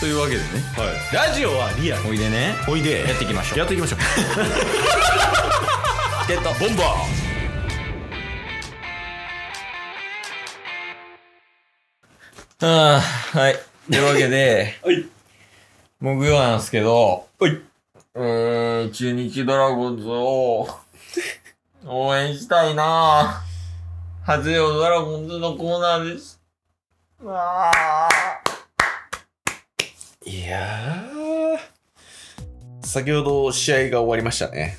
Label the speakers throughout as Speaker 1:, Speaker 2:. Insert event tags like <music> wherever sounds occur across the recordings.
Speaker 1: というわけでね
Speaker 2: はい、ラジオはリアル
Speaker 1: おいでね
Speaker 2: おいで
Speaker 1: やっていきましょう
Speaker 2: やっていきましょう
Speaker 1: チケットボンバーああはいというわけ <laughs> で
Speaker 2: はい
Speaker 1: 木曜なんですけど
Speaker 2: はい
Speaker 1: えー、中日ドラゴンズを応援したいなぁ。初よドラゴンズのコーナーです。わぁ。
Speaker 2: いやー先ほど試合が終わりましたね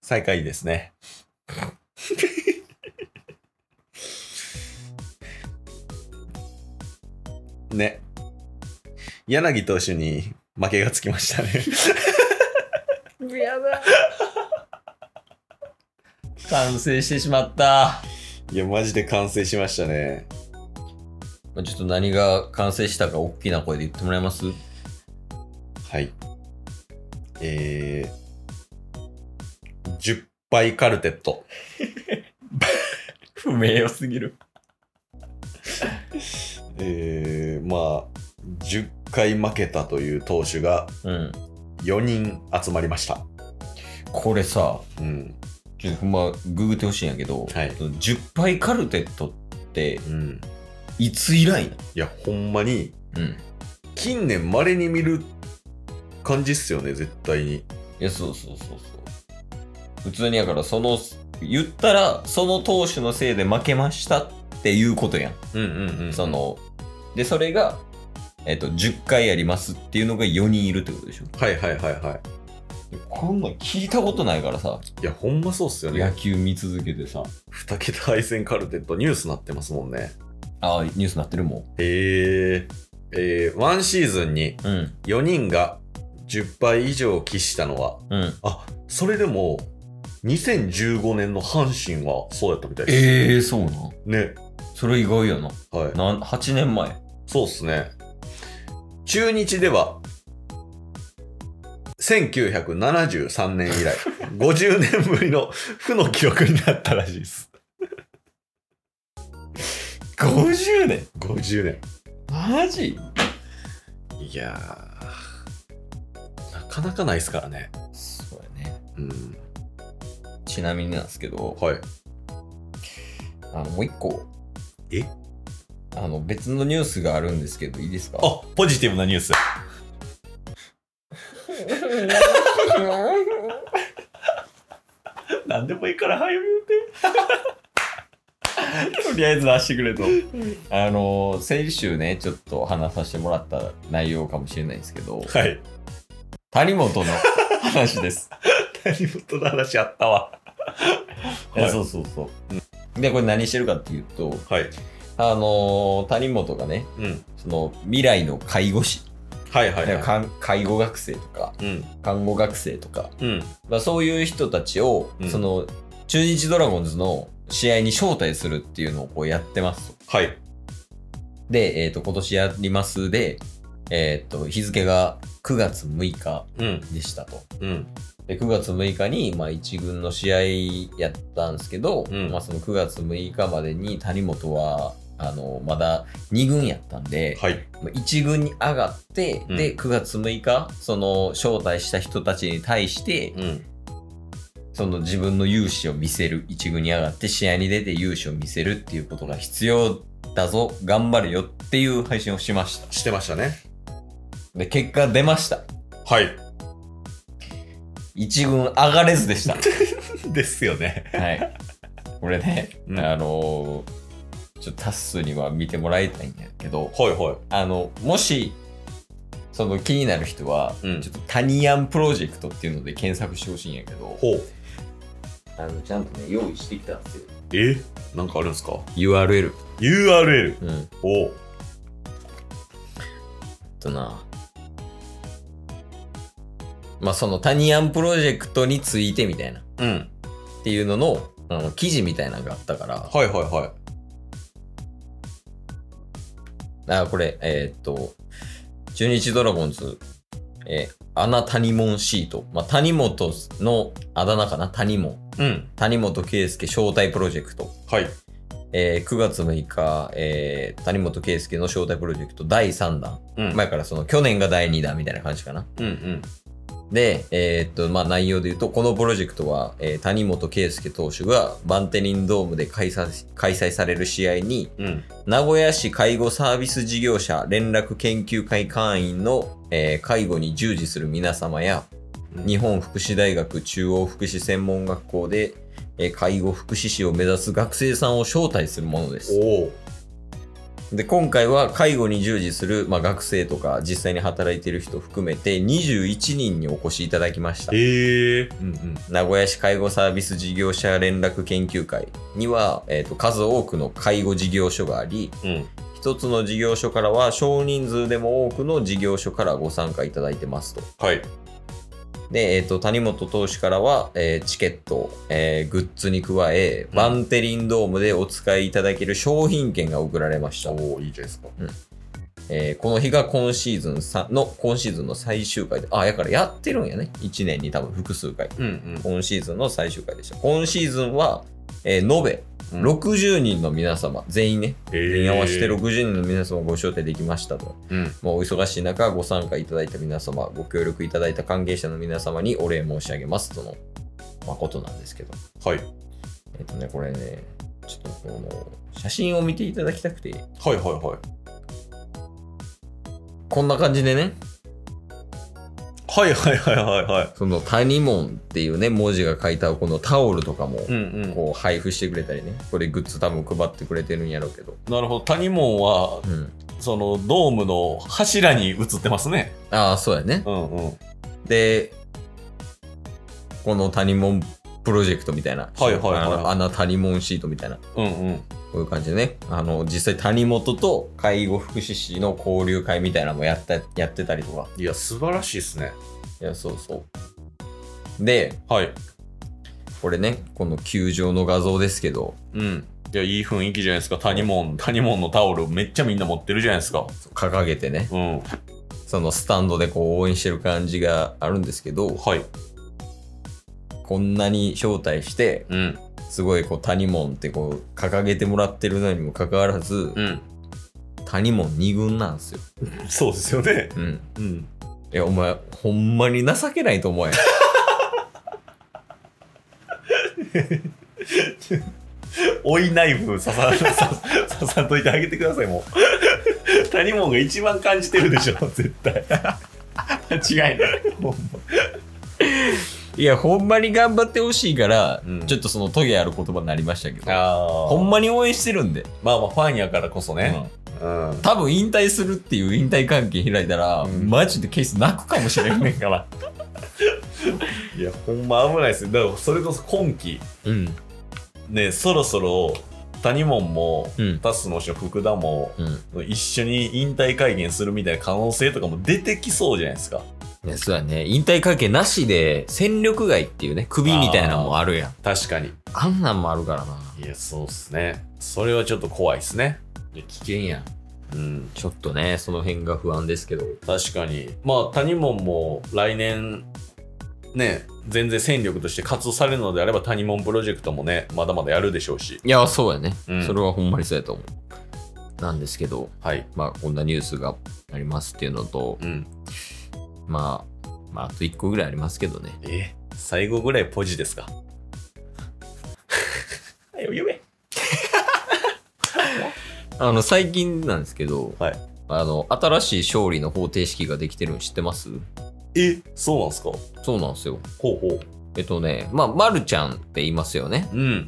Speaker 2: 最下位ですね <laughs> ね柳投手に負けがつきましたね <laughs>
Speaker 1: やだ。 <laughs> 完成してしまった。
Speaker 2: いやマジで完成しましたね
Speaker 1: まあちょっと何が完成したか大きな声で言ってもらえます
Speaker 2: はいえー、10敗カルテット
Speaker 1: <laughs> 不名誉すぎる。
Speaker 2: えーまあ10回負けたという投手が
Speaker 1: うん。
Speaker 2: 4人集まりました。
Speaker 1: これさ、
Speaker 2: うん。
Speaker 1: ちょっとほんまググってほしいんやけど、
Speaker 2: はい
Speaker 1: 10杯カルテットって
Speaker 2: うん。
Speaker 1: いつ以来ない
Speaker 2: や、ほんまに、
Speaker 1: のうん。
Speaker 2: 近年稀に見る感じっすよね、絶対に。
Speaker 1: いや、そうそうそうそう。普通にやから、その、言ったら、その投手のせいで負けましたっていうことやん。
Speaker 2: うんうんう
Speaker 1: その、で、それが、えっと、10回やりますっていうのが4人いるってことでしょ。
Speaker 2: はいはいはいは
Speaker 1: こんなん聞いたことないからさ、
Speaker 2: い。いや、ほんまそうっすよ
Speaker 1: 野
Speaker 2: ね。
Speaker 1: 球見続けてさ。
Speaker 2: 2桁敗戦カルテットニュースなってますもんね。
Speaker 1: ああ、ニュースなってるもん。
Speaker 2: えー、えー、ワンシーズンに
Speaker 1: うん、
Speaker 2: 4人が10敗以上を喫したのは、
Speaker 1: うん。
Speaker 2: あ、それでも、2015年の阪神はそうやったみたいです。
Speaker 1: ええー、そうなん
Speaker 2: ね。
Speaker 1: それ意外やな。
Speaker 2: はい。
Speaker 1: なん8年前。
Speaker 2: そうっすね。中日では、1973年以 <laughs> 来、50年ぶりの負の記録になったらしいです。
Speaker 1: 50年
Speaker 2: 50年。
Speaker 1: マジ
Speaker 2: いやー、なかなかないですからね。
Speaker 1: そうやね。
Speaker 2: うん。
Speaker 1: ちなみになんですけど、
Speaker 2: はい。
Speaker 1: あの、もう一個。
Speaker 2: え
Speaker 1: あの、別のニュースがあるんですけど、いいですか
Speaker 2: あ、ポジティブなニュース。なんでもいいから早め言 <laughs> うて。とりあえず出してくれと。は
Speaker 1: <laughs> あの、先週ね、ちょっと話させてもらった内容かもしれないんですけど、
Speaker 2: い。
Speaker 1: 谷本の話
Speaker 2: <laughs>
Speaker 1: です。
Speaker 2: 何事の話あったわ。
Speaker 1: いやそうそうそう。で、これ何してるかっていうと、
Speaker 2: はい。
Speaker 1: あの、谷本がね、
Speaker 2: うん。
Speaker 1: その未来の介護士、
Speaker 2: はいはい
Speaker 1: だから
Speaker 2: は
Speaker 1: 看介護学生とか、
Speaker 2: い。うん。
Speaker 1: 看護学生とか、
Speaker 2: うん。
Speaker 1: まあ、そういう人たちを、
Speaker 2: うん
Speaker 1: その中日ドラゴンズの試合に招待するっていうのをこうやってますと
Speaker 2: はい。
Speaker 1: で、えっと今年やりますで、えっと日付が9月6日
Speaker 2: うん。
Speaker 1: でしたと
Speaker 2: うん。
Speaker 1: で9月6日に、まあ、1軍の試合やったんですけど、
Speaker 2: うん
Speaker 1: まあ、その9月6日までに谷本はあのまだ2軍やったんで、
Speaker 2: はい。
Speaker 1: まあ一1軍に上がって、
Speaker 2: うん
Speaker 1: で9月6日その招待した人たちに対して、
Speaker 2: うん。
Speaker 1: その自分の勇姿を見せる一軍に上がって試合に出て勇姿を見せるっていうことが必要だぞ頑張るよっていう配信をしました
Speaker 2: してましたね。
Speaker 1: で結果出ました
Speaker 2: はい。
Speaker 1: 一軍上がれずでした
Speaker 2: <laughs> ですよね。
Speaker 1: はいこれね、
Speaker 2: うん
Speaker 1: あのーちょっとタッスには見てもらいたいんだけど
Speaker 2: はいは
Speaker 1: あのもしその気になる人は、
Speaker 2: うん
Speaker 1: ちょっとタニアンプロジェクトっていうので検索してほしいんやけど
Speaker 2: い。ほう。
Speaker 1: あのちゃんとね用意してきたんですよ
Speaker 2: えなんかあるんですか
Speaker 1: URL
Speaker 2: ?URL。
Speaker 1: うん
Speaker 2: お
Speaker 1: えっ
Speaker 2: う。
Speaker 1: となまあそのタニアンプロジェクトについてみたいなっ
Speaker 2: うん。
Speaker 1: ていうののあの記事みたいなのがあったから
Speaker 2: はいはいは
Speaker 1: あこれえーっと中日ドラゴンズえーアナ谷門シート。まあ、谷本のあだ名かな谷門。
Speaker 2: い。うん。
Speaker 1: 谷本圭介招待プロジェクト。
Speaker 2: はい。
Speaker 1: えー9月6日、えー谷本圭介の招待プロジェクト第3弾。
Speaker 2: うん
Speaker 1: 前からその去年が第2弾みたいな感じかな。
Speaker 2: うんうん。
Speaker 1: で、えーっと、まあ内容で言うと、このプロジェクトは、えー谷本圭介投手がバンテリンドームで開催し開催される試合に、
Speaker 2: うん。
Speaker 1: 名古屋市介護サービス事業者連絡研究会会員の、えー介護に従事する皆様や、
Speaker 2: うん
Speaker 1: 日本福祉大学中央福祉専門学校で、えー介護福祉士を目指す学生さんを招待するものです。
Speaker 2: おお。
Speaker 1: で、今回は介護に従事する、まあ、学生とか実際に働いている人含めて21人にお越しいただきました。
Speaker 2: へえ。うんうん。
Speaker 1: 名古屋市介護サービス事業者連絡研究会には、えーと数多くの介護事業所があり、
Speaker 2: うん。
Speaker 1: 一つの事業所からは少人数でも多くの事業所からご参加いただいてますと。
Speaker 2: はい。
Speaker 1: で、えっ、と、谷本投手からは、えーチケット、えーグッズに加え、
Speaker 2: うん
Speaker 1: バンテリンドームでお使いいただける商品券が贈られました。
Speaker 2: おお、いいじゃないですか。
Speaker 1: えーこの日が今シーズンさの、今シーズンの最終回で、あ、やからやってるんやね。1年に多分複数回。
Speaker 2: うんうん。
Speaker 1: 今シーズンの最終回でした。今シーズンは、えー延べ60人の皆様、全員ね、全員合わせて
Speaker 2: る。
Speaker 1: 60人の皆様をご招待できましたと。
Speaker 2: うん。
Speaker 1: まあ、お忙しい中、ご参加いただいた皆様、ご協力いただいた関係者の皆様にお礼申し上げますとの、まあ、ことなんですけど。
Speaker 2: はい。
Speaker 1: えっとね、これね、ちょっとこの、写真を見ていただきたくて、
Speaker 2: はいはいはい。
Speaker 1: こんな感じでね、
Speaker 2: はいはいはいはいはい。
Speaker 1: その、谷門っていうね、文字が書いたこのタオルとかも、
Speaker 2: うんうん。
Speaker 1: こう、配布してくれたりね、これグッズ多分配ってくれてるんやろうけど。
Speaker 2: なるほど。谷門は、
Speaker 1: うん。
Speaker 2: その、ドームの柱に映ってますね。
Speaker 1: ああ、そうやね。
Speaker 2: うんうん。はい
Speaker 1: で、この谷門プロジェクトみたいな。
Speaker 2: はいはいはい
Speaker 1: あの穴谷門シートみたいな。
Speaker 2: うんうん。
Speaker 1: こういう感じでね、あの、実際谷本と介護福祉士の交流会みたいなのもやった、やってたりとか。
Speaker 2: いや、素晴らしいですね。
Speaker 1: いや、そうそう。で、
Speaker 2: はい。
Speaker 1: これね、この球場の画像ですけど、
Speaker 2: うん。いや、いい雰囲気じゃないですか。谷門、谷門のタオル、めっちゃみんな持ってるじゃないですか。
Speaker 1: 掲げてね、
Speaker 2: うん。
Speaker 1: そのスタンドでこう応援してる感じがあるんですけど、
Speaker 2: はい。
Speaker 1: こんなに招待して、
Speaker 2: うん。
Speaker 1: すごいこう谷門ってこう掲げてもらってるのにもかかわらず、
Speaker 2: うん。
Speaker 1: 谷門2軍なんですよ。
Speaker 2: そうですよね。
Speaker 1: うん。
Speaker 2: うん。
Speaker 1: いや、お前、ほんまに情けないと思うやん。 <laughs>
Speaker 2: 追いナイフ刺さ <laughs> 刺さ刺さんといてあげてくださいもう <laughs> 谷門が一番感じてるでし <laughs> ょ絶対間違いないほんま
Speaker 1: いや、ほんまに頑張ってほしいから、
Speaker 2: うん
Speaker 1: ちょっとそのトゲある言葉になりましたけど、
Speaker 2: あ
Speaker 1: ほんまに応援してるんで、
Speaker 2: まあまあファンやからこそね
Speaker 1: うん
Speaker 2: うん、 <laughs> うん、
Speaker 1: 多分引退するっていう引退関係開いたら、
Speaker 2: うん
Speaker 1: マジでケース泣くかもしれないから
Speaker 2: いやほんま危ないですよだからそれこそ今季
Speaker 1: うん
Speaker 2: ねそろそろ谷門も
Speaker 1: うん
Speaker 2: タスの師匠福田も
Speaker 1: うん
Speaker 2: 一緒に引退会見するみたいな可能性とかも出てきそうじゃないですか
Speaker 1: いやそうだね引退関係なしで戦力外っていうね首みたいなのもあるやん
Speaker 2: 確かに
Speaker 1: あんなんもあるからない
Speaker 2: やそうっすねそれはちょっと怖いっすね
Speaker 1: 危険やん
Speaker 2: うん
Speaker 1: ちょっとねその辺が不安ですけど
Speaker 2: 確かにまあ谷門も来年ね全然戦力として活動されるのであれば谷門プロジェクトもねまだまだやるでしょうし
Speaker 1: いやそうやね、
Speaker 2: うん
Speaker 1: それはほんまにそうやと思うなんですけど
Speaker 2: はい
Speaker 1: まあこんなニュースがありますっていうのと
Speaker 2: うん
Speaker 1: まあまああと1個ぐらいありますけどね
Speaker 2: え最後ぐらいポジ <laughs> ですかはいお夢
Speaker 1: あの、最近なんですけど、
Speaker 2: はい
Speaker 1: あの、新しい勝利の方程式ができてるの知ってます
Speaker 2: えそうなんすか
Speaker 1: そうなんですよ。
Speaker 2: ほうほう
Speaker 1: えっとね、まあ、まるちゃんって言いますよね。
Speaker 2: うん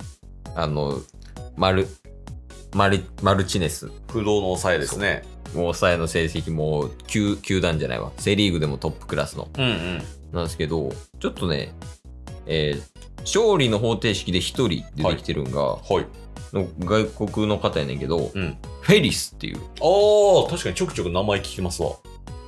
Speaker 1: あの、まる、マル、マルチネス。
Speaker 2: 不動の抑えですね
Speaker 1: もう抑えの成績も、球、球団じゃないわ。セリーグでもトップクラスの。
Speaker 2: うんうん
Speaker 1: なんですけど、ちょっとね、えー勝利の方程式で一人出てきてるんが、
Speaker 2: はい
Speaker 1: の外国の方やねんけど、
Speaker 2: うん
Speaker 1: フェリスっていう。
Speaker 2: ああ確かにちょくちょく名前聞きますわ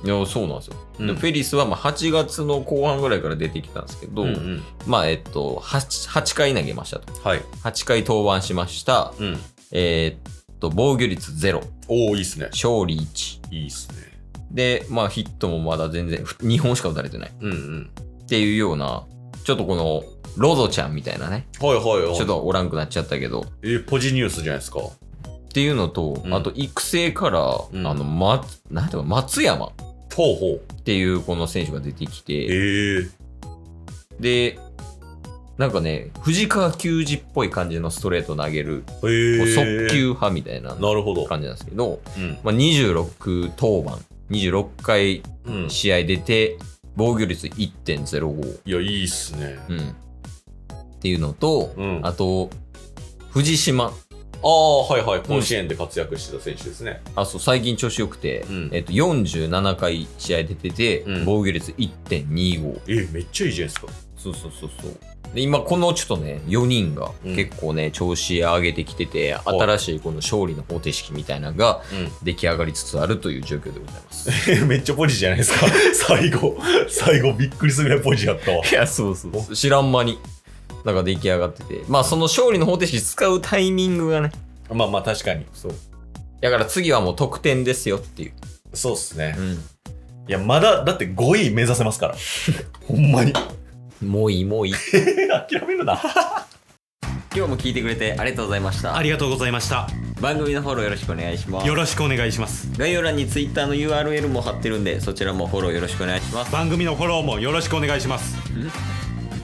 Speaker 1: いや、そうなんですよ。
Speaker 2: う
Speaker 1: で
Speaker 2: ん
Speaker 1: フェリスはまあ8月の後半ぐらいから出てきたんですけど、
Speaker 2: うんうん
Speaker 1: まあえっと 8, 8回投げましたと。
Speaker 2: はい
Speaker 1: 8回登板しました。
Speaker 2: うん
Speaker 1: えーっと、防御率0、
Speaker 2: おおいいっすね
Speaker 1: 勝利1。
Speaker 2: いいっすね
Speaker 1: で、まあヒットもまだ全然、2本しか打たれてない。
Speaker 2: うんうん
Speaker 1: っていうような、ちょっとこの、ロゾちゃんみたいなね、
Speaker 2: はいはいはい。
Speaker 1: ちょっとおらんくなっちゃったけど、っ
Speaker 2: えーポジニュースじゃないですか。
Speaker 1: ていうのと、
Speaker 2: うん
Speaker 1: あと育成から、
Speaker 2: うん
Speaker 1: あの、ま、なんていうの、松山っ
Speaker 2: ほうほう。
Speaker 1: ていうこの選手が出てき
Speaker 2: え
Speaker 1: て、
Speaker 2: ー、
Speaker 1: で、なんかね、藤川球児っぽい感じのストレート投げる、
Speaker 2: えー
Speaker 1: こう速球派みたいな
Speaker 2: なるほど。
Speaker 1: 感じなんですけど、
Speaker 2: うん。
Speaker 1: まあ、26登板、26回
Speaker 2: うん。い
Speaker 1: 試合出て、防御率1.05。
Speaker 2: や、いいっすね。
Speaker 1: うん。っていうのと、
Speaker 2: うん
Speaker 1: あと、藤島。
Speaker 2: ああ、はいはい。甲子園で活躍してた選手ですね。
Speaker 1: あ、そう、最近調子良くて、
Speaker 2: うん
Speaker 1: えっと、47回試合出てて、
Speaker 2: うん
Speaker 1: 防御率1.25。
Speaker 2: えーめっちゃいいじゃないですか。 <laughs>
Speaker 1: そうそうそうそう。で、今、このちょっとね、4人が
Speaker 2: うん
Speaker 1: 結構ね、調子上げてきてて、
Speaker 2: い
Speaker 1: 新しいこの勝利の方程式みたいなのが
Speaker 2: うん
Speaker 1: 出来上がりつつあるという状況 <laughs> でございます。
Speaker 2: えーめっちゃポジじゃないですか。 <laughs> 最後、最後びっくりするぐらいポジやったわ。
Speaker 1: いや、そうそうそう知らん間に、なんか出来上がってて。まあ、その勝利の方程式使うタイミングがね、
Speaker 2: <laughs> まあまあ確かに。
Speaker 1: そう。だから次はもう得点ですよっていう。
Speaker 2: そうっすね。
Speaker 1: う
Speaker 2: いや、まだ、だって5位目指せますから。ほんまに。
Speaker 1: ん。もういい、もういい。
Speaker 2: 諦めるな。
Speaker 1: <laughs> 今日も聞いてくれてありがとうございました
Speaker 3: あ。りがとうございました。
Speaker 1: 番組のフォローよろしくお願いします
Speaker 3: よ。ろしくお願いします。
Speaker 1: 概要欄に Twitter の URL も貼ってるんで、そちらもフォローよろしくお願いします。
Speaker 3: 番組のフォローもよろしくお願いします。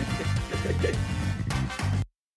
Speaker 3: す